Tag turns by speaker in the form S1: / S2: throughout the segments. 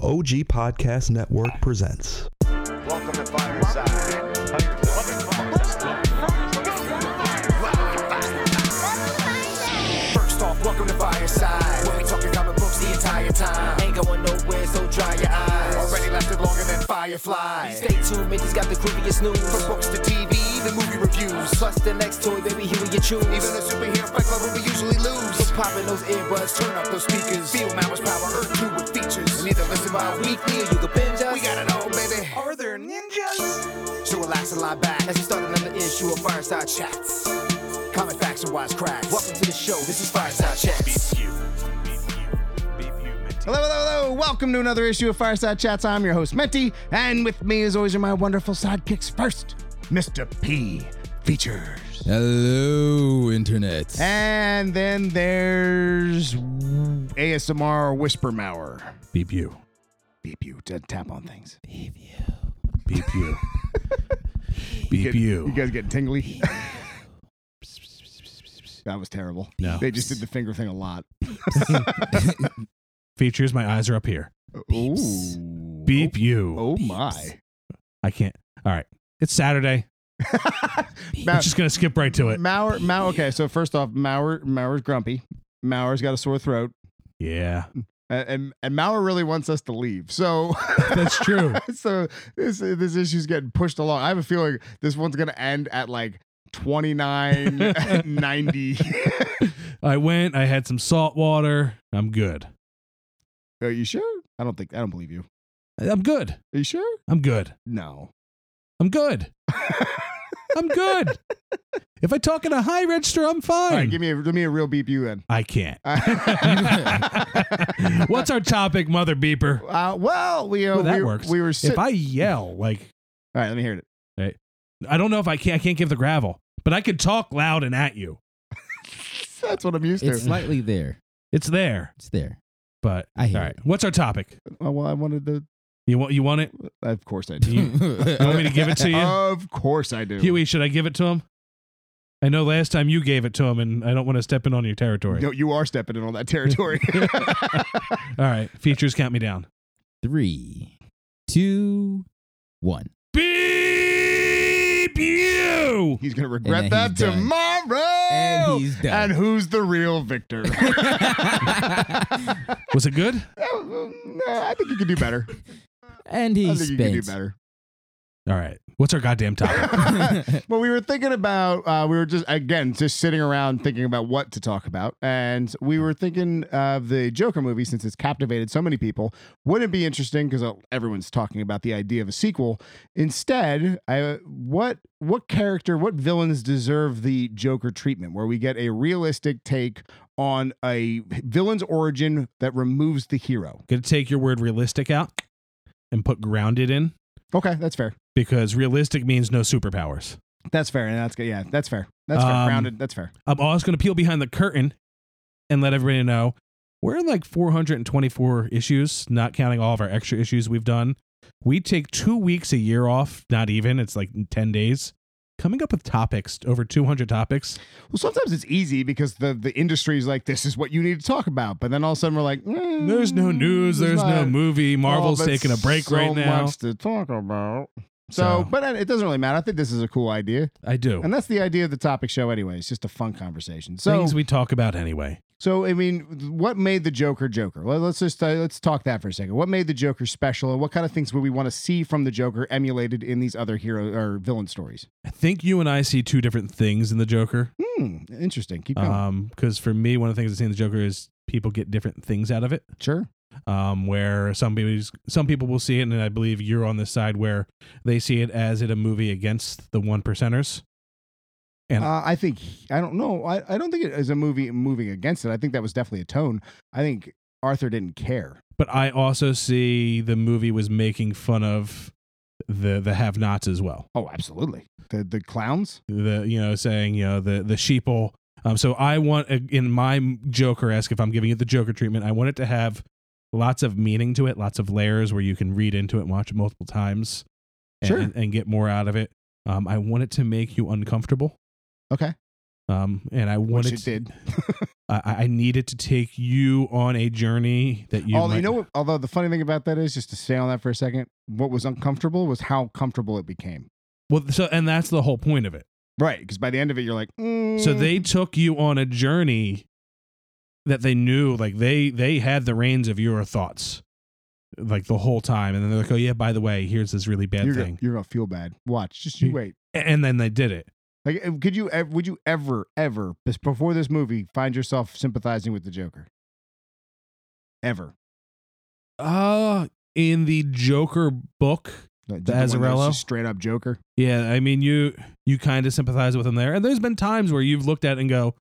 S1: OG Podcast Network presents.
S2: Welcome to Fireside. First off, welcome to Fireside. When we talking comic books the entire time, ain't going nowhere, so dry your eyes. Already lasted longer than Firefly.
S3: Stay tuned, Mitch's got the creepiest
S2: From
S3: news.
S2: books to TV, the movie reviews.
S3: Plus the next toy, baby, here we you
S2: Even
S3: choose.
S2: the superhero fight club where we usually lose.
S3: So popping those earbuds,
S2: Turn up those speakers. Feel Mama's power, Earth 2 with features. And either listen by
S3: weekly,
S2: weekly
S3: or you can binge us.
S2: We got it all, baby.
S3: Are there ninjas?
S2: So relax and lie back
S3: As we start another issue of Fireside Chat.
S2: chats. Comic facts and wise cracks.
S3: Welcome to the show. This is
S2: Fireside Chats.
S4: Hello, hello, hello. Welcome to another issue of Fireside Chats. I'm your host, Menti, and with me, as always, are my wonderful sidekicks. First, Mr. P. Features.
S5: Hello, internet.
S4: And then there's ASMR Whisper Mauer.
S5: Beep you.
S4: Beep you to tap on things.
S5: Beep you. Beep
S4: You guys getting tingly? that was terrible.
S5: No.
S4: They just did the finger thing a lot.
S6: features. My eyes are up here.
S4: Ooh.
S6: Beep you.
S4: Oh, my.
S6: I can't. All right. It's Saturday.
S4: Now-
S6: I'm just gonna skip right to it.
S4: Mauer, Mauer. Okay, so first off, Mauer, Mauer's grumpy. Mauer's got a sore throat,
S6: Yeah,
S4: and and, and Mauer really wants us to leave. So,
S6: that's true.
S4: so this this issue's getting pushed along. I have a feeling this one's gonna end at like twenty nine ninety.
S6: I went. I had some salt water. I'm good.
S4: Are you sure? I don't think I don't believe you.
S6: I'm good.
S4: Are you sure?
S6: I'm good.
S4: No.
S6: I'm good. I'm good. If I talk in a high register, I'm
S4: All
S6: fine.
S4: right, give me a give me a real beep you then.
S6: I can't. What's our topic, Mother Beeper?
S4: Uh, well, we uh,
S6: Well, that
S4: we,
S6: works.
S4: we were sit-
S6: If I yell, like
S4: All right, let me hear it.
S6: I don't know if I can't. I can't give the gravel, but I could talk loud and at you.
S4: That's what I'm used
S5: It's
S4: to.
S5: slightly there.
S6: It's there.
S5: It's there.
S6: But
S5: I
S6: all
S5: hear
S6: right. What's our topic?
S4: Oh, well, I wanted to.
S6: You want? You want it?
S4: Of course I
S6: Do
S4: do.
S6: you, You want me to give it to you?
S4: Of course I do.
S6: Huey, should I give it to him? I know last time you gave it to him, and I don't want to step in on your territory.
S4: No, you are stepping in on that territory.
S6: All right, features count me down.
S5: Three, two, one.
S6: Beep you!
S4: he's gonna regret
S5: And
S4: that
S5: then he's done.
S4: tomorrow.
S5: And he's done.
S4: And who's the real victor?
S6: Was it good?
S4: no, Oh, I think you can do better.
S5: and he
S4: I think you can do
S5: spent.
S4: better.
S6: All right. What's our goddamn topic?
S4: but we were thinking about uh, we were just again just sitting around thinking about what to talk about, and we were thinking of the Joker movie since it's captivated so many people. Wouldn't it be interesting because everyone's talking about the idea of a sequel? Instead, I, what what character, what villains deserve the Joker treatment, where we get a realistic take on a villain's origin that removes the hero?
S6: Gonna take your word realistic out and put grounded in
S4: Okay, that's fair.
S6: because realistic means no superpowers.
S4: That's fair, and that's good. Yeah, that's fair. That's fair.
S6: Um,
S4: Grounded. That's fair.
S6: I'm also gonna peel behind the curtain and let everybody know we're in like 424 issues, not counting all of our extra issues we've done. We take two weeks a year off, not even. It's like 10 days. Coming up with topics, over 200 topics.
S4: Well, sometimes it's easy because the the industry is like, this is what you need to talk about, but then all of a sudden we're like, mm,
S6: There's no news. There's no
S4: not-
S6: movie. Marvel's
S4: Oh, but
S6: taking a break
S4: so
S6: right now.
S4: Much to talk about. So,
S6: So- Oh.
S4: but it doesn't really matter. I think this is a cool idea,
S6: I do.
S4: and that's the idea of the topic show anyway. It's just a fun conversation. So,
S6: Things we talk about anyway.
S4: so I mean, what made the Joker Joker? Well, let's just uh, let's talk that for a second. What made the Joker special, and what kind of things would we want to see from the Joker emulated in these other hero or villain stories?
S6: I think you and I see two different things in the Joker.
S4: Hmm, interesting. Keep going.
S6: Um, because for me, one of the things I see in the Joker is people get different things out of it.
S4: sure.
S6: um, where some people some people will see it, and I believe you're on this side where they see it as it a movie against the one percenters. And-
S4: uh, I think I don't know. I, I don't think it is a movie moving against it. I think that was definitely a tone. I think Arthur didn't care.
S6: But I also see the movie was making fun of the the have nots as well.
S4: Oh, absolutely. The the clowns.
S6: The you know saying you know the the sheeple. Um, so I want uh, in my Joker esque if I'm giving it the Joker treatment, I want it to have lots of meaning to it, lots of layers where you can read into it, and watch it multiple times, and,
S4: Sure.
S6: and, and get more out of it. Um, I want it to make you uncomfortable.
S4: Okay,
S6: Um, and I
S4: which
S6: wanted
S4: it
S6: to-
S4: did.
S6: I- I, I needed to take you on a journey that you.
S4: although
S6: might-
S4: Oh, you know, what, although the funny thing about that is, just to stay on that for a second, what was uncomfortable was how comfortable it became.
S6: well, so and that's the whole point of it.
S4: Right, because by the end of it, you're like,
S6: So
S4: mm.
S6: they took you on a journey that they knew, like they they had the reins of your thoughts, like the whole time. And then they're like, "Oh yeah, by the way, here's this really bad
S4: you're
S6: thing,"
S4: gonna, you're gonna feel bad. Watch, just you
S6: You-
S4: wait.
S6: A- and then they did it.
S4: Like, uh, could you? ev- Would you ever, ever bes- before this movie find yourself sympathizing with the Joker? Ever?
S6: Uh in the Joker book,
S4: Like,
S6: The
S4: one that's
S6: Azarello?
S4: just straight up Joker.
S6: yeah, I mean you you kind of sympathize with him there, and there's been times where you've looked at it and go,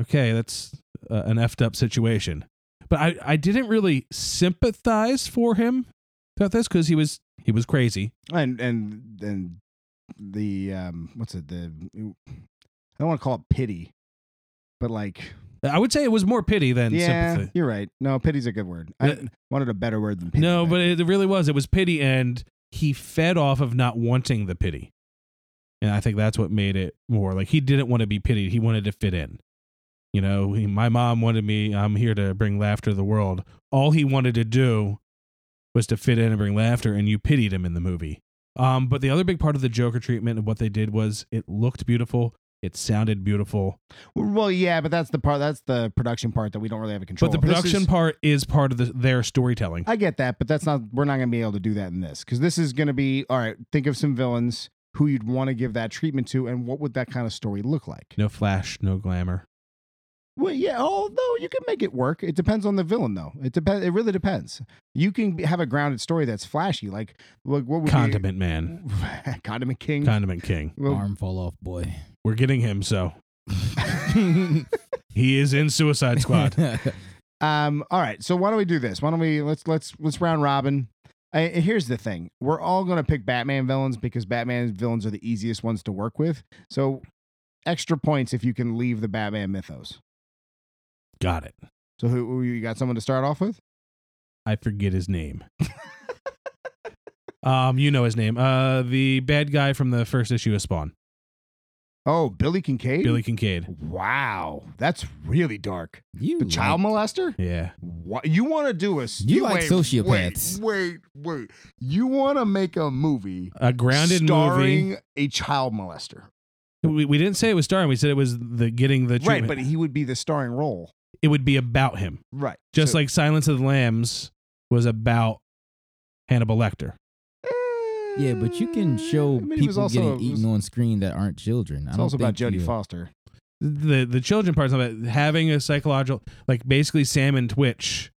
S6: "Okay, that's uh, an effed up situation," but I I didn't really sympathize for him throughout this because he was he was crazy.
S4: and and and the um what's it the i don't want to call it pity but like
S6: I would say it was more pity than
S4: yeah
S6: sympathy.
S4: you're right no pity's a good word i
S6: Uh,
S4: wanted a better word than pity
S6: No, but it really was. It was pity, and he fed off of not wanting the pity. And I think that's what made it more like he didn't want to be pitied. He wanted to fit in. You know, he, my mom wanted me, I'm here to bring laughter to the world. All he wanted to do was to fit in and bring laughter, and you pitied him in the movie. Um, but the other big part of the Joker treatment and what they did was it looked beautiful, it sounded beautiful,
S4: well yeah but that's the part that's the production part that we don't really have a control
S6: but
S4: of.
S6: the
S4: This
S6: production
S4: is-
S6: part is part of the, their storytelling.
S4: i get that but that's not we're not gonna be able to do that in this because this is gonna be all right think of some villains who you'd want to give that treatment to and what would that kind of story look like
S6: No flash, no glamour.
S4: Well, yeah, although you can make it work. It depends on the villain, though. It depends. It really depends. You can be- have a grounded story that's flashy, like like what would
S6: Condiment man.
S4: be, condiment king.
S6: Condiment King.
S4: Well,
S5: Arm fall off, boy.
S6: We're getting him, so he is in Suicide Squad.
S4: um. All right. So why don't we do this? Why don't we let's let's let's round robin. I, and here's the thing: we're all gonna pick Batman villains because Batman villains are the easiest ones to work with. So extra points if you can leave the Batman mythos.
S6: Got it.
S4: So who, who you got? Someone to start off with?
S6: I forget his name. um, you know his name. Uh, the bad guy from the first issue of Spawn,
S4: Oh, Billy Kincaid.
S6: Billy Kincaid.
S4: Wow, that's really dark.
S5: you
S4: The child molester?
S6: Yeah,
S4: What you want to do is
S5: Hmm, You like
S4: wait,
S5: sociopaths.
S4: Wait, wait, wait. You want to make a movie
S6: a grounded
S4: starring
S6: movie.
S4: a child molester,
S6: We, we didn't say it was starring. We said it was the getting the treatment.
S4: right? But he would be the starring role,
S6: it would be about him,
S4: right?
S6: just like Silence of the Lambs was about Hannibal Lecter.
S4: eh,
S5: Yeah, but you can show people getting eaten on screen that aren't children. I
S4: It's
S5: don't
S4: also about
S5: think
S4: Jodie
S5: you-
S4: Foster.
S6: The the children part is about having a psychological, like basically Sam and Twitch.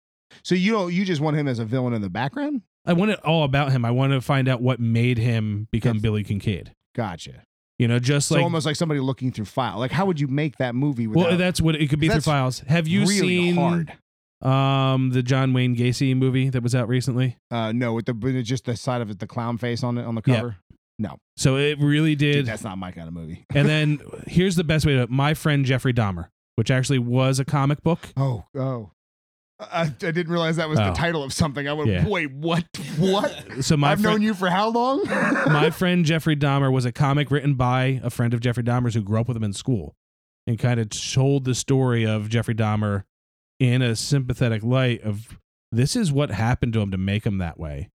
S4: So you don't. You just want him as a villain in the background.
S6: I want it all about him. I want to find out what made him become
S4: Yes.
S6: Billy Kincaid.
S4: Gotcha.
S6: You know, just
S4: So
S6: like
S4: almost like somebody looking through file. Like, how would you make that movie? Without
S6: well, that's what it could be through
S4: That's
S6: files. Have you
S4: really
S6: seen
S4: hard.
S6: um the John Wayne Gacy movie that was out recently?
S4: Uh, no, with the with just the side of it, the clown face on it on the
S6: Yeah.
S4: cover.
S6: So it really
S4: Dude,
S6: did.
S4: that's not my kind of movie.
S6: and then here's the best way to my friend Jeffrey Dahmer, which actually was a comic book.
S4: Oh, oh. I, I didn't realize that was the
S6: Oh.
S4: title of something. I went,
S6: Yeah.
S4: wait, what? What?
S6: So my
S4: I've known
S6: friend,
S4: you for how long?
S6: my friend Jeffrey Dahmer was a comic written by a friend of Jeffrey Dahmer's who grew up with him in school, and kind of told the story of Jeffrey Dahmer in a sympathetic light of this is what happened to him to make him that way,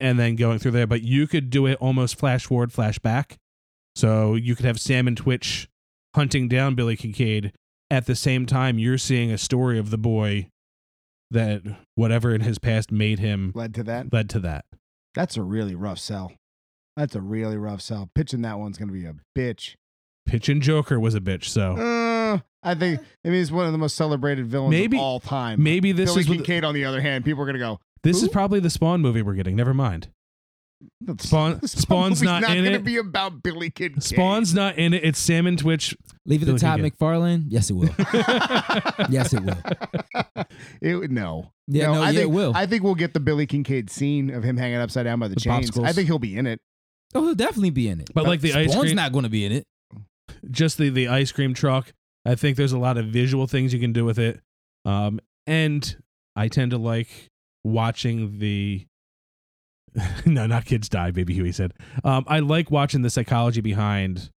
S6: and then going through there. But you could do it almost flash forward, flash back, so you could have Sam and Twitch hunting down Billy Kincaid at the same time. You're seeing a story of the boy that whatever in his past made him
S4: Led to that.
S6: led to that.
S4: That's a really rough sell. That's a really rough sell. Pitching that one's going to be a bitch.
S6: Pitchin' Joker was a bitch, so
S4: Uh, I think, I mean, it's one of the most celebrated villains
S6: Maybe-
S4: of all time.
S6: maybe this
S4: Uh, Billy
S6: is what-
S4: Kincaid, on the other hand, people are going to go,
S6: this is
S4: Who?
S6: probably the Spawn movie we're getting. Never mind.
S4: "That's-
S6: Spawn-
S4: this
S6: Spawn's
S4: movie's
S6: not in
S4: gonna
S6: it.
S4: be about Billy Kincaid.
S6: Spawn's not in it. It's Sam and Twitch.
S5: Leave it to
S6: Billy
S5: Todd
S6: Kincaid.
S5: McFarlane. Yes, it will. yes, it will.
S4: It would- no.
S5: Yeah, no,
S4: I
S5: yeah,
S4: think,
S5: it will.
S4: I think we'll get the Billy Kincaid scene of him hanging upside down by the,
S6: The
S4: chains. I
S6: popsicles.
S4: think he'll be in it.
S5: Oh, he'll definitely be in it.
S6: But like the ice
S5: Spawn's
S6: cream-
S5: not going to be in it.
S6: Just the the ice cream truck. I think there's a lot of visual things you can do with it. Um, and I tend to like watching the. no, not kids die, baby Huey said. Um, I like watching the psychology behind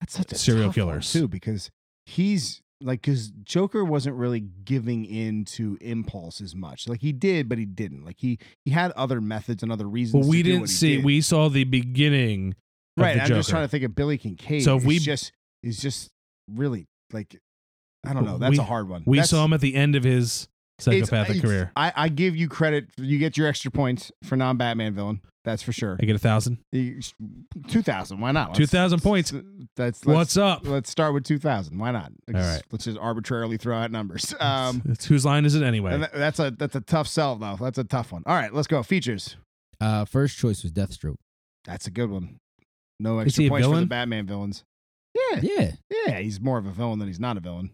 S4: That's such a
S6: Serial
S4: tough one,
S6: killers.
S4: too, because he's like because Joker wasn't really giving in to impulse as much. Like he did, but he didn't. Like he he had other methods and other reasons.
S6: Well,
S4: to
S6: we
S4: do what
S6: didn't
S4: he
S6: see.
S4: did.
S6: We saw the beginning. Of
S4: right.
S6: The
S4: I'm
S6: Joker.
S4: just trying to think of Billy Kincaid.
S6: So
S4: So
S6: if
S4: we
S6: we-
S4: just is just really like I don't know. That's
S6: We-
S4: a hard one.
S6: We
S4: That's-
S6: saw him at the end of his
S4: it's-
S6: psychopathic
S4: it's-
S6: career.
S4: I, I give you credit. You get your extra points for non Batman villain. That's for sure.
S6: I get a thousand.
S4: You- Two thousand. Why not? Let's-
S6: 2,000 points.
S4: That's let's-
S6: What's up?
S4: Let's start with two thousand. Why not? Let's,
S6: right.
S4: let's just arbitrarily throw out numbers. Um,
S6: it's, whose line is it anyway?
S4: And that- that's a that's a tough sell though. That's a tough one. All right, let's go. Features.
S5: Uh, first choice was Deathstroke.
S4: That's a good one. No
S6: Is
S4: extra
S6: he a
S4: points for the
S6: villain?
S4: Batman villains. Yeah,
S5: Yeah.
S4: yeah. He's more of a villain than he's not a villain.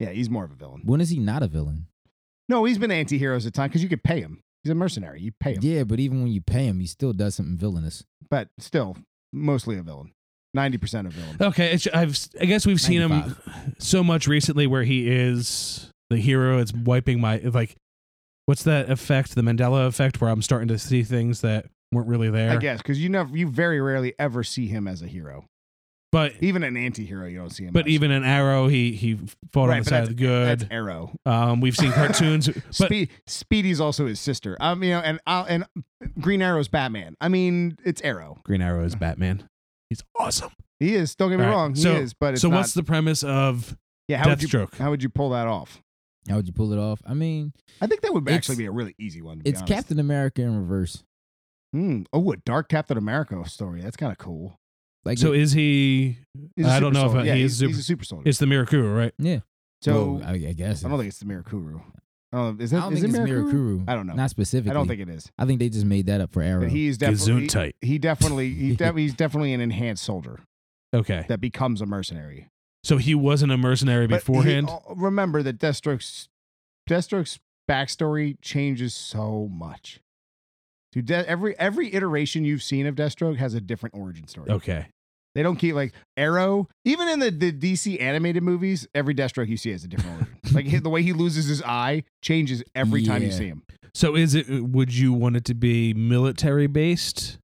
S4: Yeah, he's more of a villain.
S5: When is he not a villain?
S4: No, he's been anti-heroes at times because you could pay him. He's a mercenary. You pay him,
S5: Yeah, but even when you pay him, he still does something villainous.
S4: but still mostly a villain. Ninety percent a villain.
S6: okay, it's, I've I guess we've seen him
S5: 95.
S6: so much recently where he is the hero. It's wiping my like. What's that effect? The Mandela effect, where I'm starting to see things that weren't really there.
S4: I guess because you never, you very rarely ever see him as a hero.
S6: But
S4: Even an anti-hero, you don't see him.
S6: but
S4: much.
S6: even an arrow, he he fought
S4: Right,
S6: on
S4: but
S6: the side of the
S4: that's
S6: good.
S4: Arrow.
S6: Um, we've seen cartoons, but
S4: Speed, Speedy's also his sister. Um, you know, and uh, and Green Arrow's Batman. I mean, it's Arrow.
S6: Green Arrow is Batman. He's awesome.
S4: He is. Don't get me
S6: All right,
S4: wrong.
S6: so-
S4: he is. But it's
S6: so
S4: not,
S6: what's the premise of
S4: yeah? How would you
S6: Deathstroke?
S4: how would you pull that off?
S5: How would you pull it off? I mean,
S4: I think that would
S5: It's-
S4: actually be a really easy one. To be
S5: it's
S4: honest.
S5: Captain America in reverse.
S4: Hmm. Oh, a dark Captain America story. That's kind of cool.
S5: Like
S6: so
S5: it-
S6: is he?
S4: a
S6: I
S4: super
S6: don't know if, uh,
S4: soldier. yeah,
S6: he
S4: he's,
S6: is
S4: he's a super soldier.
S6: It's the Mirakuru, right?
S5: yeah.
S4: so
S5: Well, I, I guess
S4: I don't think it's the Mirakuru. I don't know. Is
S5: I
S4: that
S5: don't
S4: is
S5: think
S4: it
S5: it's
S4: Mirakuru?
S5: Mirakuru.
S4: I don't know.
S5: Not specifically.
S4: I don't think it is.
S5: I think they just made that up for Arrow.
S4: But he's definitely
S6: Gesundheit.
S4: he, he definitely he de- he's definitely an enhanced soldier
S6: Okay.
S4: that becomes a mercenary.
S6: So he wasn't a mercenary
S4: But he-
S6: beforehand.
S4: uh, remember that Deathstroke's Deathstroke's backstory changes so much. Dude, De- every every iteration you've seen of Deathstroke has a different origin story.
S6: okay.
S4: They don't keep like Arrow, even in the, the DC animated movies, every Deathstroke you see has a different origin. like he- the way he loses his eye changes every time you
S5: Yeah.
S4: see him.
S6: So is it? Would you want it to be military based?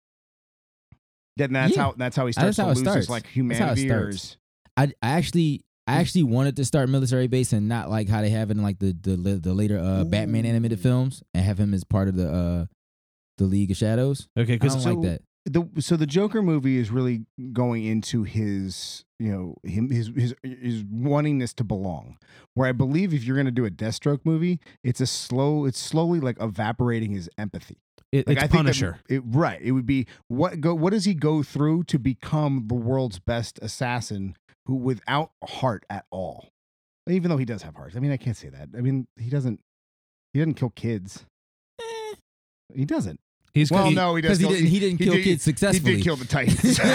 S4: Then that's
S5: Yeah.
S4: how that's how he starts
S5: That's how
S4: to
S5: it
S4: lose
S5: starts.
S4: his like
S5: That's how it
S4: humanity or
S5: starts.
S4: his-
S5: I, I actually I actually wanted to start military base and not like how they have in like the the, la- the later uh, Batman animated films and have him as part of the uh, the League of Shadows.
S6: Okay,
S5: I
S6: because
S5: don't
S4: so-
S5: like that.
S4: the so the Joker movie is really going into his you know him his his his wantingness to belong. Where I believe if you're going to do a Deathstroke movie, it's a slow it's slowly like evaporating his empathy.
S6: it,
S4: Like
S6: it's
S4: I think that
S6: Punisher.
S4: it- right? It would be what go what does he go through to become the world's best assassin who without heart at all. Even though he does have heart. I mean, I can't say that. I mean, he doesn't he doesn't kill kids. He doesn't.
S6: He's
S4: Well,
S6: he-
S4: no, he
S5: Because
S4: doesn't.
S5: Eh.
S4: kill-
S5: he didn't he didn't
S4: he
S5: kill
S4: did-
S5: kids successfully.
S4: He did kill the Titans.
S5: You know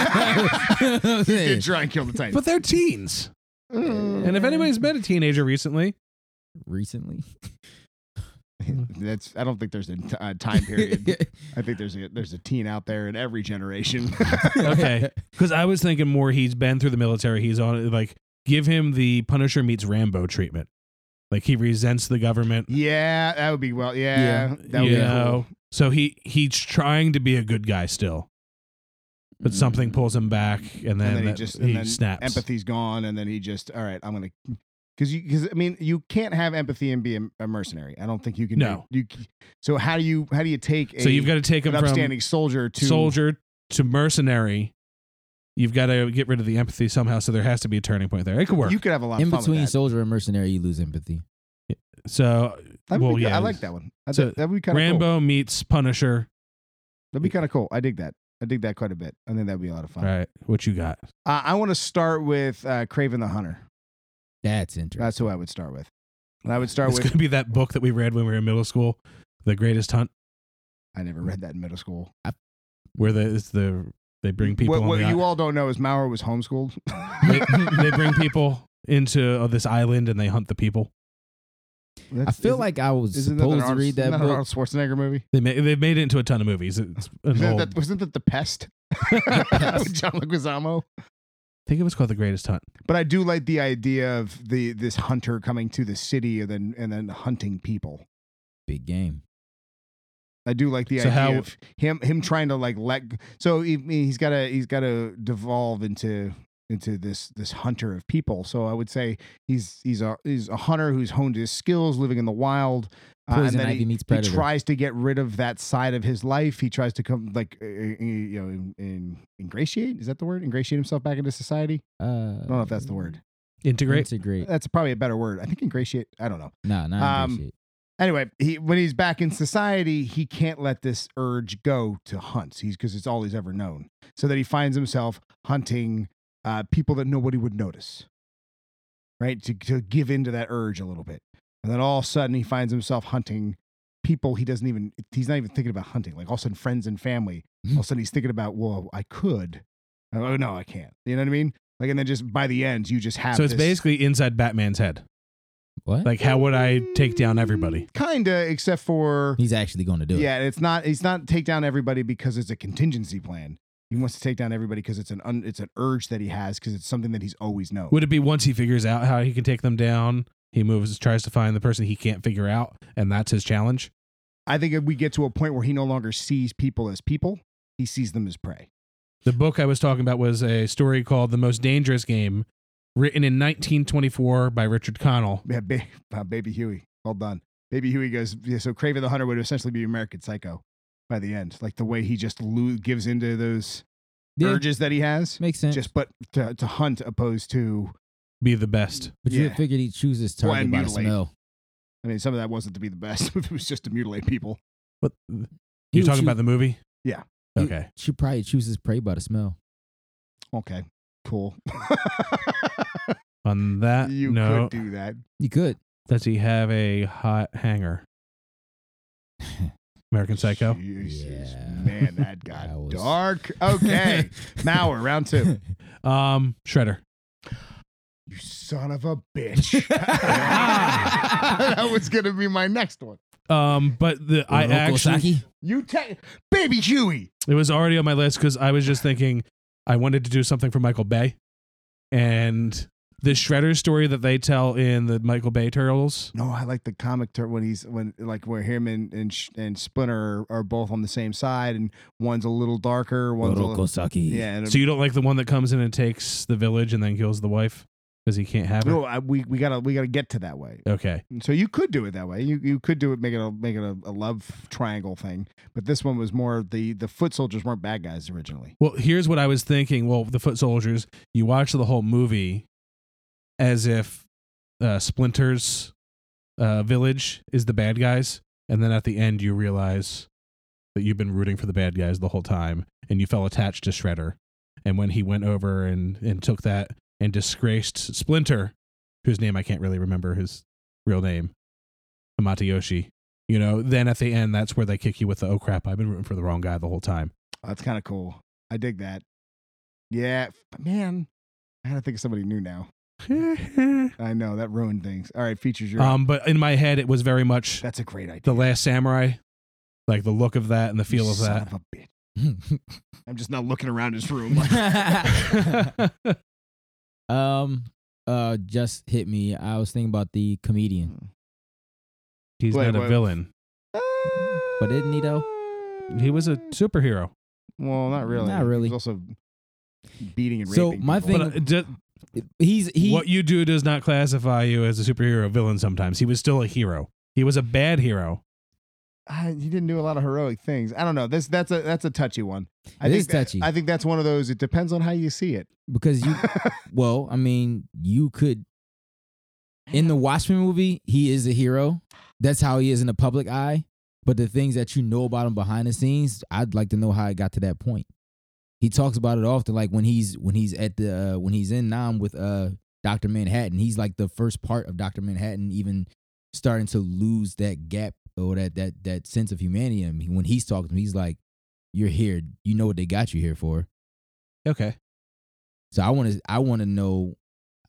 S5: what I'm
S4: he
S5: saying?
S4: did try and kill the Titans.
S6: but they're teens. And if anybody's been a teenager recently,
S5: recently.
S4: that's I don't think there's a t- uh, time period. I think there's a there's a teen out there in every generation.
S6: okay. Because I was thinking more. He's been through the military. He's on like give him the Punisher meets Rambo treatment. Like he resents the government.
S4: yeah, that would be well. Yeah,
S5: Yeah.
S4: Mm, that would
S6: you
S4: be
S6: know?
S4: cool.
S6: So he he's trying to be a good guy still, but
S4: Hmm.
S6: something pulls him back, and then,
S4: Mm. and then he
S6: that-
S4: just
S6: he
S4: and then
S6: snaps.
S4: empathy's gone, and then he just all right. I'm gonna because you because I mean you can't have empathy and be a, a mercenary. I don't think you can.
S6: No.
S4: do, you. c- So how do you how do you take a,
S6: So you've got to take him
S4: an
S6: from
S4: upstanding soldier to
S6: soldier to mercenary. You've got to get rid of the empathy somehow. So there has to be a turning point there. It could work.
S4: You could have a lot of
S5: In
S4: fun with
S5: between
S4: that.
S5: soldier and mercenary, you lose empathy.
S6: so
S4: That'd
S6: well,
S4: be good.
S6: yeah,
S4: I like that one. I
S6: So,
S4: think that'd be kind of
S6: Rambo
S4: Cool.
S6: meets Punisher.
S4: That'd be kind of cool. I dig that. I dig that quite a bit. I think that'd be a lot of
S6: All
S4: fun.
S6: right, what you got?
S4: Uh, I want to start with uh, Craven the Hunter.
S5: That's interesting.
S4: That's who I would start with. And I would start
S6: It's
S4: with.
S6: going to be that book that we read when we were in middle school, The Greatest Hunt,
S4: I never read that in middle school.
S6: where the it's the they bring people.
S4: What,
S6: on
S4: what
S6: the
S4: you
S6: i-
S4: all don't know is Maurer was homeschooled.
S6: they, they bring people into uh, this island and they hunt the people.
S5: I feel like I was
S4: isn't that an
S5: supposed to
S4: Arnold-
S5: read that
S4: isn't an
S5: book.
S4: Arnold Schwarzenegger movie.
S6: They ma- they've made it into a ton of movies. It's an
S4: Isn't
S6: old,
S4: that, wasn't that the Pest? With John Leguizamo.
S6: I think it was called The Greatest Hunt.
S4: But I do like the idea of the this hunter coming to the city and then and then hunting people.
S5: Big game.
S4: I do like the
S6: So
S4: idea
S6: how-
S4: of him him trying to like let. So he, he's got to he's got to devolve into into this this hunter of people. So I would say he's he's a he's a hunter who's honed his skills, living in the wild. uh, and
S5: Poison
S4: then
S5: Ivy
S4: he,
S5: meets
S4: he
S5: Predator.
S4: tries to get rid of that side of his life. He tries to come like uh, uh, you know in, in, ingratiate. Is that the word? Ingratiate himself back into society.
S5: uh,
S4: I don't know if that's the word.
S6: Integrate.
S5: Integrate.
S4: That's probably a better word. I think ingratiate. I don't know.
S5: No, not
S4: Um,
S5: ingratiate.
S4: Anyway, he when he's back in society, he can't let this urge go to hunt. He's because it's all he's ever known. So that he finds himself hunting uh, people that nobody would notice, right? To to give into that urge a little bit, and then all of a sudden he finds himself hunting people he doesn't even he's not even thinking about hunting. Like all of a sudden, friends and family.
S6: Hmm.
S4: All of a sudden, he's thinking about, well, I could. Oh no, I can't. You know what I mean? Like, and then just by the end, you just have.
S6: So it's
S4: this-
S6: basically inside Batman's head.
S5: What?
S6: Like, how would I take down everybody?
S4: Kinda, except for
S5: He's actually going to do it.
S4: Yeah, and it's not. He's not take down everybody because it's a contingency plan. He wants to take down everybody because it's an un, it's an urge that he has because it's something that he's always known.
S6: Would it be once he figures out how he can take them down, he moves, tries to find the person he can't figure out, and that's his challenge?
S4: I think if we get to a point where he no longer sees people as people, he sees them as prey.
S6: The book I was talking about was a story called The Most Dangerous Game, written in 1924 by Richard Connell.
S4: Yeah, ba- wow, baby Huey, well done. Baby Huey goes. Yeah, so Craven the Hunter would essentially be American Psycho by the end, like the way he just lo- gives into those
S5: Yeah,
S4: urges that he has.
S5: makes sense.
S4: Just but to, to hunt opposed to.
S6: Be the best.
S5: but you
S4: yeah.
S5: figured he'd choose his
S4: Well,
S5: target
S4: and
S5: by
S4: mutilate.
S5: smell.
S4: I mean, some of that wasn't to be the best. it was just to mutilate people.
S6: What?
S5: He
S6: You're
S5: would
S6: talking
S5: choose-
S6: about the movie?
S4: Yeah.
S5: he-
S6: Okay.
S5: She probably chooses prey by the smell.
S4: Okay, cool.
S6: On that
S4: you
S6: note,
S4: could do that.
S5: You could.
S6: does he have a hot hanger? American Psycho?
S4: Jesus,
S5: Yeah.
S4: man, that got
S5: That was-
S4: dark. Okay, now we're round two.
S6: Um, Shredder.
S4: You son of a bitch. that was gonna be my next one.
S6: Um, but the I
S5: Oroko
S6: actually
S5: Saki?
S4: You take baby Huey.
S6: It was already on my list because I was just thinking I wanted to do something for Michael Bay. And the Shredder story that they tell in the Michael Bay Turtles.
S4: No, I like the comic turn when he's when like where him and and, Sh- and Splinter are, are both on the same side, and one's a little darker, one's a little
S5: Orokosaki.
S4: yeah. And
S6: So you don't like the one that comes in and takes the village and then kills the wife because he can't have
S4: no,
S6: it?
S4: I, we we gotta we gotta get to that way.
S6: Okay.
S4: So you could do it that way. You you could do it, make it a make it a, a love triangle thing. But this one was more the the foot soldiers weren't bad guys originally.
S6: Well, here's what I was thinking. Well, the foot soldiers, you watch the whole movie as if uh, Splinter's uh, village is the bad guys. And then at the end, you realize that you've been rooting for the bad guys the whole time and you fell attached to Shredder. And when he went over and, and took that and disgraced Splinter, whose name I can't really remember his real name, Hamatayoshi, you know, then at the end, that's where they kick you with the oh crap, I've been rooting for the wrong guy the whole time.
S4: That's kind of cool. I dig that. Yeah, f- man. I gotta think of somebody new now. I know that ruined things. All right, features your.
S6: Um, but in my head, it was very much
S4: That's a great idea.
S6: the Last Samurai, like the look of that and the
S4: You
S6: feel of
S4: son
S6: that.
S4: Of a bitch. I'm just not looking around his room.
S5: um. Uh. Just hit me. I was thinking about the comedian.
S6: He's
S4: Wait,
S6: not a
S4: wait.
S6: villain.
S5: But isn't he, though?
S6: He was a superhero.
S4: Well, not really.
S5: Not really.
S4: He was also beating and
S5: So
S4: raping.
S5: my
S4: people.
S6: But
S5: thing-
S6: uh, d-
S5: He's he.
S6: what you do does not classify you as a superhero or villain. Sometimes he was still a hero. He was a bad hero.
S4: I, Ah, he didn't do a lot of heroic things. I don't know. This that's a that's a touchy one. I
S5: It
S4: think
S5: is
S4: that-
S5: touchy.
S4: I think that's one of those. It depends on how you see it.
S5: because you. well, I mean, you could. In the Watchmen movie, he is a hero. That's how he is in the public eye. But the things that you know about him behind the scenes, I'd like to know how it got to that point. He talks about it often, like when he's when he's at the uh, when he's in Nam with uh Doctor Manhattan. He's like the first part of Doctor Manhattan, even starting to lose that gap or that that that sense of humanity. in him. when he's talking to him, he's like, "You're here. You know what they got you here for."
S6: Okay.
S5: So I want to I want to know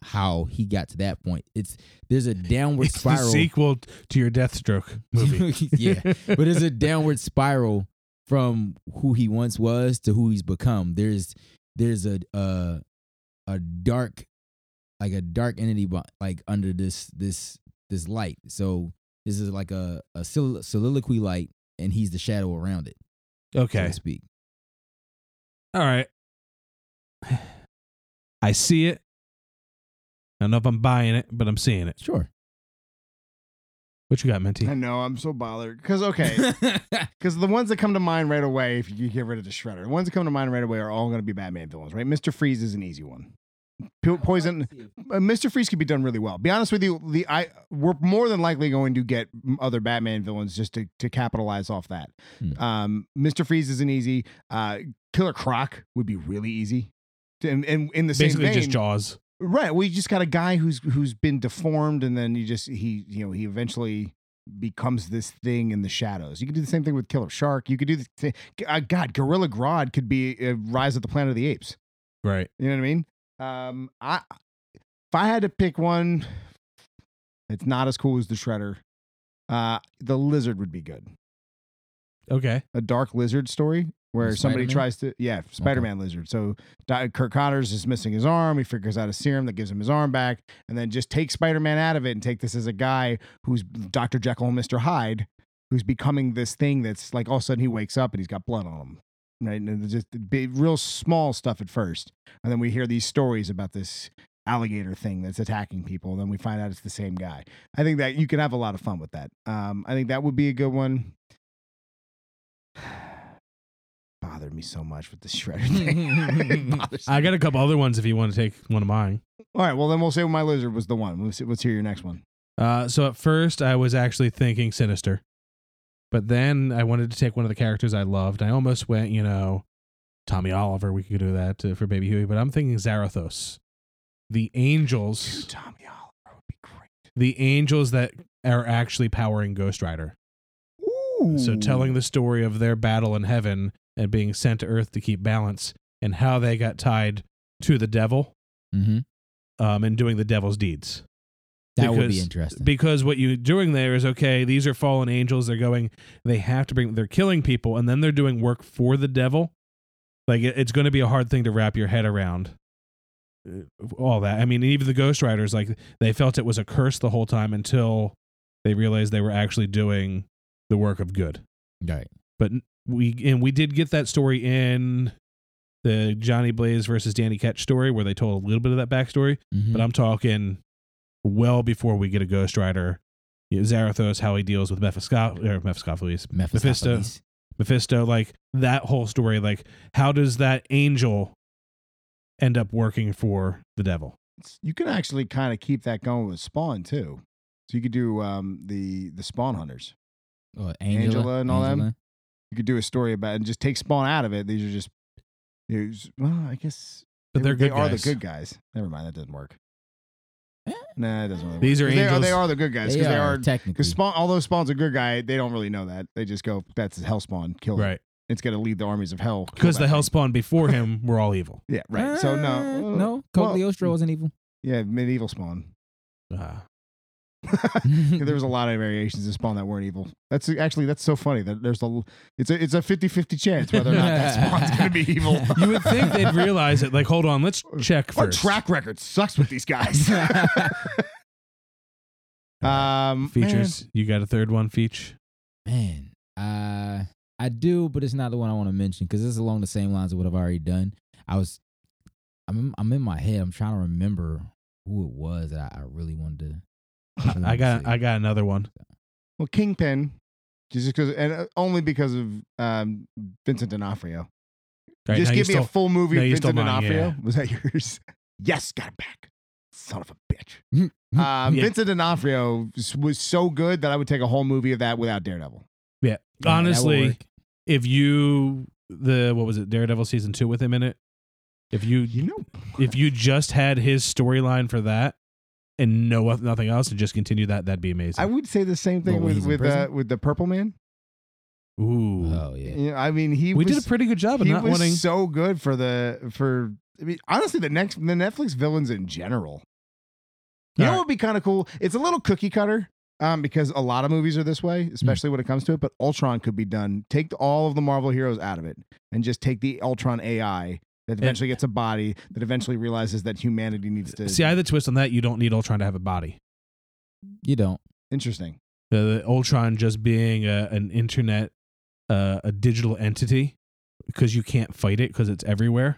S5: how he got to that point. It's there's a downward
S6: It's the
S5: spiral.
S6: sequel to your Deathstroke movie.
S5: yeah, but there's a downward spiral from who he once was to who he's become. There's there's a uh, a dark like a dark entity bu- like under this this this light. So this is like a a sol- soliloquy light, and he's the shadow around it, so
S6: okay.
S5: to speak.
S6: All right. I see it. I don't know if I'm buying it, but I'm seeing it.
S5: Sure.
S6: What you got, Menti?
S4: I know. I'm so bothered because okay, because the ones that come to mind right away, if you get rid of the shredder, the ones that come to mind right away are all going to be Batman villains, right? Mister Freeze is an easy one. Po- Poison, uh, Mr. Freeze could be done really well. Be honest with you, the I we're more than likely going to get m- other Batman villains just to, to capitalize off that.
S5: Hmm.
S4: Um, Mr. Freeze isn't easy. Uh, Killer Croc would be really easy. To- And, and in the
S6: Basically,
S4: same vein,
S6: just Jaws.
S4: right? Well, you just got a guy who's who's been deformed, and then you just he you know he eventually becomes this thing in the shadows. You could do the same thing with Killer Shark. You could do the th- uh, God Gorilla Grodd could be uh, Rise of the Planet of the Apes.
S6: Right.
S4: You know what I mean? Um, I if I had to pick one, it's not as cool as the Shredder. Uh, the lizard would be good.
S6: Okay.
S4: A dark lizard story where somebody
S5: Spider-Man?
S4: tries to yeah Spider-Man lizard. So Di- Kirk Connors is missing his arm. He figures out a serum that gives him his arm back, and then just take Spider-Man out of it and take this as a guy who's Doctor Jekyll and Mister Hyde, who's becoming this thing that's like all of a sudden he wakes up and he's got blood on him. Right, and it's just big, real small stuff at first, and then we hear these stories about this alligator thing that's attacking people. And then we find out it's the same guy. I think that you can have a lot of fun with that. Um, I think that would be a good one. Bothered me so much with the shredder thing. It bothers
S6: I got a couple other ones if you want to take one of mine.
S4: all right, well then we'll say my lizard was the one. Let's, let's hear your next one.
S6: Uh, so at first, I was actually thinking Sinister, but then I wanted to take one of the characters I loved. I almost went, you know, Tommy Oliver. We could do that uh, for Baby Huey, but I'm thinking Zarathos, the angels,
S4: Dude, Tommy Oliver would be great.
S6: the angels that are actually powering Ghost Rider. So telling the story of their battle in heaven and being sent to Earth to keep balance, and how they got tied to the devil
S5: hmm
S6: um, and doing the devil's deeds.
S5: That would be
S6: Because-
S5: interesting.
S6: because what you're doing there is okay these are fallen angels they're going they have to bring they're killing people and then they're doing work for the devil like it- it's going to be a hard thing to wrap your head around uh, all that i mean even the ghost riders like they felt it was a curse the whole time until they realized they were actually doing the work of good
S5: right.
S6: but n- we and we did get that story in the johnny blaze versus danny ketch story where they told a little bit of that backstory
S5: Mhm.
S6: but I'm talking well before we get a Ghost Rider. You know, Zarathos, how he deals with Mephiscopheles, or Mephistopheles, Mephisto,
S5: Mephistopheles.
S6: Mephisto, like that whole story. Like, how does that angel end up working for the devil?
S4: you can actually kind of keep that going with Spawn too. So you could do um, the the Spawn hunters.
S5: Oh, Angela,
S4: Angela and all them?
S5: Angela.
S4: You could do a story about and just take Spawn out of it. These are just, there's- well, I guess
S6: But
S4: they,
S6: they're
S4: they
S6: good
S4: are the
S6: guys.
S4: good guys. Never mind, that doesn't work.
S5: Eh.
S4: Nah, it doesn't really.
S6: These
S4: work.
S6: are
S4: they They
S6: angels.
S4: are the good guys
S5: they,
S4: because they
S5: are,
S4: are.
S5: technically.
S4: Because Spawn, although Spawn's a good guy, they don't really know that. They just go, "That's hell spawn, kill him."
S6: Right.
S4: It's gonna lead the armies of hell. kill
S6: Because
S4: that
S6: the hell
S4: thing.
S6: spawn before him were all evil.
S4: Yeah, right. So
S5: Uh,
S4: no,
S5: no,
S4: well,
S5: Cogliostro wasn't evil.
S4: Yeah, medieval spawn.
S6: Ah.
S4: there was a lot of variations of spawn that weren't evil. That's actually that's so funny that there's a it's a it's a 50-50 chance whether or not that spawn's gonna be evil.
S6: you would think they'd realize it. Like, hold on, let's check
S4: Our
S6: first.
S4: track record sucks with these guys. um,
S6: features. You got a third one, Feach?
S5: Man, uh, I do, but it's not the one I want to mention because it's along the same lines of what I've already done. I was, I'm, I'm in my head. I'm trying to remember who it was that I, I really wanted to.
S6: I got. I got another one.
S4: Well, Kingpin, just because, and uh, only because of um, Vincent D'Onofrio.
S6: Right,
S4: just
S6: now you
S4: give me a
S6: stole-
S4: full movie
S6: no,
S4: of
S6: you stole
S4: Vincent
S6: mine,
S4: D'Onofrio.
S6: yeah.
S4: Was that yours? yes, got it back. Son of a bitch. Um,
S6: Yeah.
S4: Vincent D'Onofrio s- was so good that I would take a whole movie of that without Daredevil.
S6: Yeah.
S5: Yeah, that would
S6: Honestly,
S5: work.
S6: if you the what was it Daredevil season two with him in it, if you
S4: You know,
S6: if you just had his storyline for that and no nothing else and just continue that, that'd be amazing.
S4: I would say the same
S5: But
S4: thing
S5: when
S4: with
S5: he's in
S4: with uh,
S5: prison?
S4: with the Purple Man.
S6: Ooh,
S5: Oh yeah.
S4: You know, I mean, he
S6: we
S4: was,
S6: did a pretty good job of
S4: he
S6: not
S4: was
S6: wanting.
S4: so good for the for. I mean, honestly, the next the Netflix villains in general. You know
S6: All
S4: what would be kind of cool? It's a little cookie cutter. Um, because a lot of movies are this
S6: Mm.
S4: way, especially when it comes to it. But Ultron could be done. Take all of the Marvel heroes out of it, and just take the Ultron AI that eventually gets a body that eventually realizes that humanity needs to.
S6: See, I had the twist on that. You don't need Ultron to have a body.
S5: You don't.
S4: interesting.
S6: The, the Ultron just being a, an internet, uh, a digital entity, because you can't fight it because it's everywhere.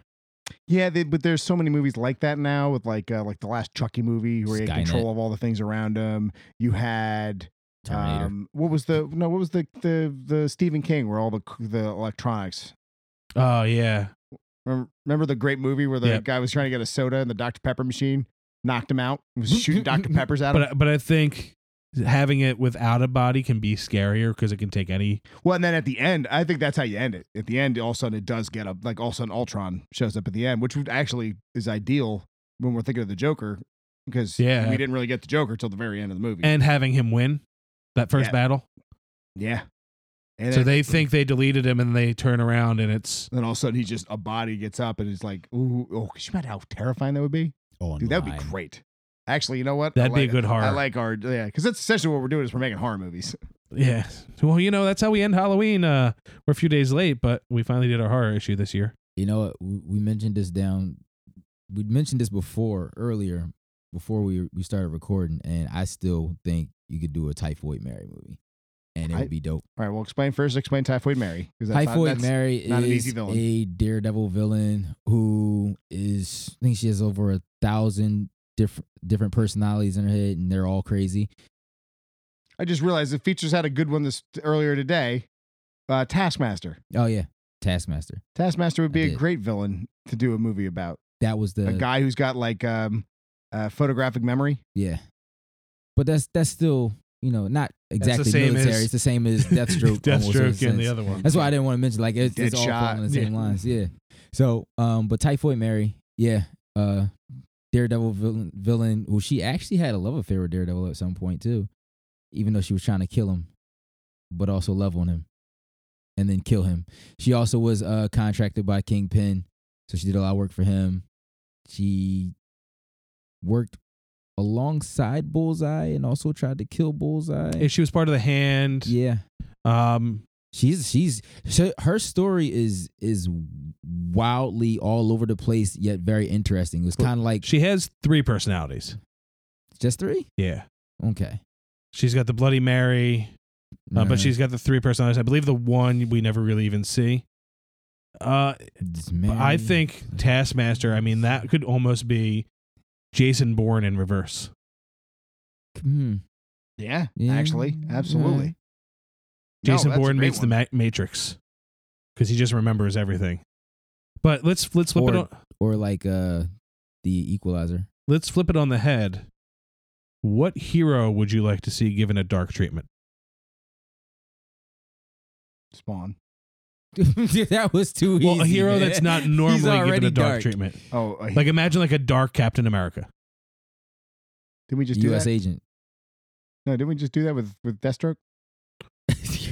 S4: Yeah, they, but there's so many movies like that now with like uh, like the last Chucky movie where he had
S5: Skynet.
S4: control of all the things around him. You had
S5: Terminator.
S4: um, what was the no? What was the the the Stephen King where all the the electronics?
S6: Oh yeah.
S4: Remember, remember the great movie where the
S6: Yep.
S4: guy was trying to get a soda and the Dr Pepper machine knocked him out. He was shooting Dr Peppers at him.
S6: But but I think having it without a body can be scarier because it can take any.
S4: Well, and then at the end, I think that's how you end it. At the end, all of a sudden it does get up. Like all of a sudden, Ultron shows up at the end, which would actually is ideal when we're thinking of the Joker because
S6: Yeah.
S4: we didn't really get the Joker till the very end of the movie.
S6: And having him win that first
S4: Yeah.
S6: battle.
S4: yeah. And
S6: so
S4: then,
S6: they think they deleted him and they turn around and it's
S4: then all of a sudden, he just a body gets up and it's like, ooh, oh, could you imagine how terrifying that would be?
S5: online.
S4: Dude, that would be great. Actually, you know what? I
S6: that'd be a
S4: like-
S6: good horror.
S4: I like our yeah, because that's essentially what we're doing is we're making horror movies.
S6: yeah. Well, you know, that's how we end Halloween. Uh we're a few days late, but we finally did our horror issue this year.
S5: You know what? We, we mentioned this down. We mentioned this before earlier, before we we started recording, and I still think you could do a Typhoid Mary movie, and it
S4: I-
S5: would be dope.
S4: All right, well, explain first. Explain Typhoid Mary. 'cause that's not-
S5: Typhoid
S4: that's-
S5: Mary
S4: not an
S5: is
S4: easy villain.
S5: a daredevil villain who is. I think she has over a thousand different different personalities in her head, and they're all crazy.
S4: I just realized the features had a good one this earlier today. Uh, Taskmaster.
S5: Oh yeah, Taskmaster.
S4: Taskmaster would be
S5: I
S4: a
S5: did.
S4: great villain to do a movie about
S5: That was the
S4: a guy who's got like um, uh, photographic memory.
S5: Yeah. But that's that's still, you know, not exactly
S6: same as-
S5: military. it's the same as Deathstroke. almost in a
S6: Deathstroke and the
S5: sense.
S6: other one.
S5: That's why I didn't want to mention like it's, it's all
S4: Deadshot.
S5: falling in the same
S6: Yeah.
S5: lines. Yeah. So, um, but Typhoid Mary, yeah, uh, Daredevil villain, villain who she actually had a love affair with Daredevil at some point too, even though she was trying to kill him, but also love on him, and then kill him. She also was uh contracted by Kingpin, so she did a lot of work for him. She worked alongside Bullseye and also tried to kill Bullseye.
S6: And she was part of the hand.
S5: Yeah.
S6: Um
S5: She's she's so her story is is wildly all over the place yet very interesting. It was
S6: Cool.
S5: kind of like
S6: she has three personalities.
S5: just three.
S6: Yeah.
S5: Okay,
S6: She's got the Bloody Mary, uh,
S5: Uh,
S6: but she's got the three personalities. I believe the one we never really even see. Uh,
S5: it's
S6: but I
S5: Mary.
S6: think Taskmaster. I mean, that could almost be Jason Bourne in reverse.
S5: Hmm.
S4: Yeah,
S5: Yeah.
S4: actually, absolutely. No,
S6: Jason
S4: that's a
S6: Bourne
S4: great
S6: meets the
S4: one.
S6: Ma- Matrix because he just remembers everything. But let's let's flip
S5: Or-
S6: it on,
S5: or like uh the Equalizer.
S6: let's flip it on the head. What hero would you like to see given a dark treatment?
S4: Spawn.
S5: that was too easy.
S6: Well, a hero
S5: man.
S6: that's not
S5: He's
S6: normally given
S5: already
S6: a dark, treatment.
S4: Oh, uh,
S6: Like imagine like a dark Captain America.
S4: didn't we just do
S5: U.S.
S4: that?
S5: agent,
S4: No, didn't we just do that with with Deathstroke?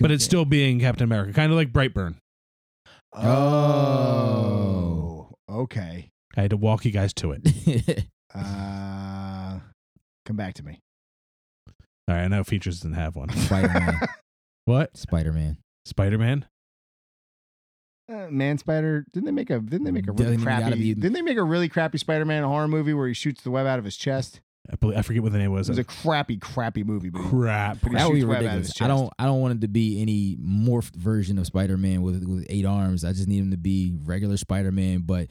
S6: but it's still being Captain America, kind of like Brightburn.
S5: Oh.
S4: Oh, okay.
S6: I had to walk you guys to it.
S4: Uh, come back to me.
S6: All right, I know features doesn't have one.
S5: Spider-Man.
S6: What?
S5: Spider-Man.
S6: Spider Man?
S4: Uh, Man Spider didn't they make a didn't they make a really
S5: Doesn't even gotta
S4: crappy
S5: be-
S4: didn't they make a really crappy Spider Man horror movie where he shoots the web out of his chest?
S6: I, believe, I forget what the name was.
S4: It was a crappy crappy movie. But he-
S6: crap.
S4: but he
S5: That would be
S4: shoots web out of his
S5: ridiculous. I
S4: chest.
S5: don't. I don't want him to be any morphed version of Spider-Man with with eight arms. I just need him to be regular Spider-Man, but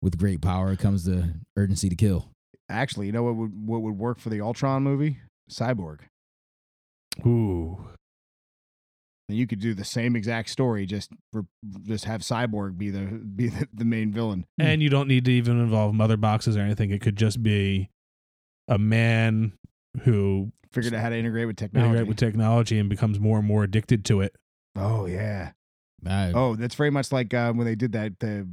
S5: with great power comes the urgency to kill.
S4: Actually, you know what would what would work for the Ultron movie? Cyborg.
S6: Ooh.
S4: And you could do the same exact story, just re- just have Cyborg be the be the, the main villain.
S6: And you don't need to even involve mother boxes or anything. It could just be a man who
S4: Figured out how to integrate with technology.
S6: integrates with technology and becomes more and more addicted to it.
S4: oh yeah.
S5: I,
S4: Oh, that's very much like uh, when they did that the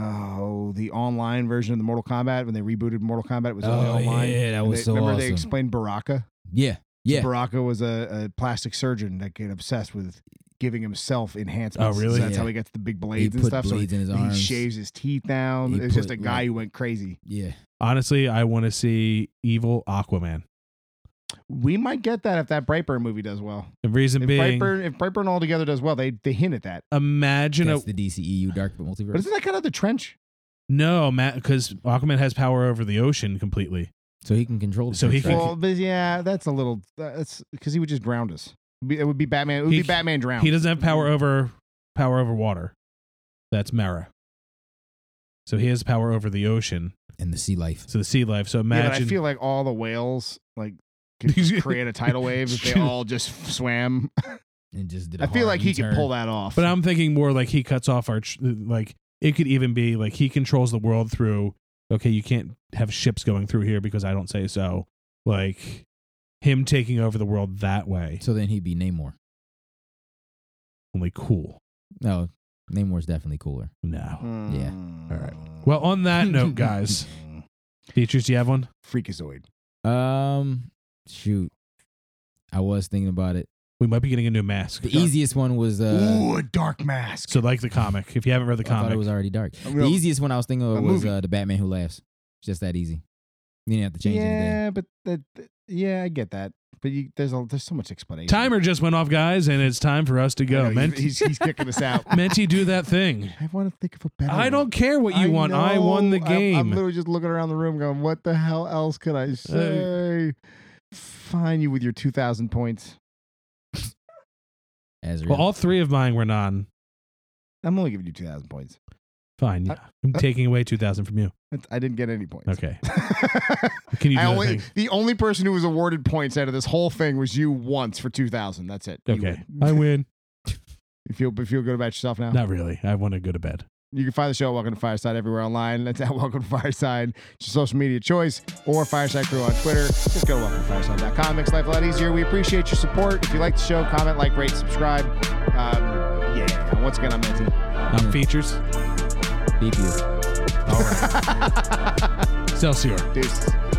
S4: oh the online version of the Mortal Kombat when they rebooted Mortal Kombat. It was only
S5: Oh,
S4: online.
S5: yeah, that
S4: And
S5: was
S4: they-
S5: so
S4: Remember they
S5: awesome.
S4: explained Baraka.
S5: yeah, yeah.
S4: Baraka was a, a plastic surgeon that get obsessed with giving himself enhancements.
S6: Oh, really?
S4: So that's
S5: Yeah.
S4: how he gets the big
S5: He
S4: blades
S5: put
S4: and stuff. so
S5: blades in his arms.
S4: He shaves his teeth down.
S5: He
S4: it's just
S5: put,
S4: a guy
S5: like-
S4: who went crazy.
S5: Yeah,
S6: Honestly, I want to see evil Aquaman.
S4: We might get that if that Brightburn movie does well.
S6: The reason
S4: If
S6: being,
S4: Brightburn, if Brightburn altogether does well, they they hint at that.
S6: imagine a,
S5: that's the DCEU Dark Multiverse.
S4: But isn't that kind of the trench?
S6: no, Matt, because Aquaman has power over the ocean completely.
S5: so he can control. The
S6: So he
S5: Darkseid.
S6: can-
S4: Well, but yeah, that's a little. That's because he would just drown us. It'd be- It would be Batman. It would
S6: He-
S4: be Batman drowned.
S6: He doesn't have power over power over water. That's Mara. So he has power over the ocean,
S5: and the sea life.
S6: so the sea life. So
S4: Yeah,
S6: imagine
S4: but I feel like all the whales like could just create a tidal wave if they all just swam.
S5: And just did. I
S4: I feel like he could pull that off.
S6: But I'm thinking more like he cuts off our tr- like it could even be like he controls the world through okay, you can't have ships going through here because I don't say so. Like him taking over the world that way.
S5: So then he'd be Namor.
S6: Only cool.
S5: No, Namor's definitely cooler.
S6: No.
S4: Hmm.
S5: Yeah.
S6: All right. Well, on that note, guys, features, do you have one?
S4: Freakazoid.
S5: Um, shoot, I was thinking about it.
S6: We might be getting a new mask.
S5: The easiest one was uh.
S4: Ooh, a dark mask.
S6: So like the comic. If you haven't read the
S5: I thought
S6: comic,
S5: it was already dark.
S4: I'm
S5: the
S4: gonna-
S5: easiest one I was thinking
S4: A
S5: of was
S4: movie.
S5: uh, the Batman Who Laughs. It's just that easy. You didn't have to change anything.
S4: yeah, but that, that- yeah, I get that. But you, there's a, there's so much explanation.
S6: timer just went off, guys, and it's time for us to
S4: I
S6: go.
S4: know, he's-
S6: Menti,
S4: he's, he's kicking us out.
S6: Menti, do that thing.
S4: I want to think of a better.
S6: I
S4: one.
S6: don't care what you
S4: I
S6: want. I won the
S4: know. I'm-
S6: game.
S4: I'm, literally just looking around the room, going, "What the hell else could I say?" Fine, you with your two thousand points.
S5: As
S6: well, all three of mine were non.
S4: I'm only giving you two thousand points.
S6: Fine.
S4: Uh,
S6: I'm
S4: uh,
S6: taking away 2,000 from you.
S4: That's- I didn't get any points.
S6: Okay. Can you do
S4: I
S6: that
S4: only
S6: thing?
S4: the only person who was awarded points out of this whole thing was you once for two thousand. That's it. You
S6: Okay.
S4: win.
S6: I win.
S4: You feel you feel good about yourself now.
S6: Not really. I want to go to bed.
S4: You can find the show at Welcome to Fireside everywhere online. That's at Welcome to Fireside. It's your social media choice or Fireside Crew on Twitter. Just go to welcometofireside.com. Makes life a lot easier. We appreciate your support. If you like the show, comment, like, rate, subscribe. Um, yeah. Once again, I'm Nancy.
S6: Um, features.
S5: BP.
S6: Celsior.
S4: Deuces.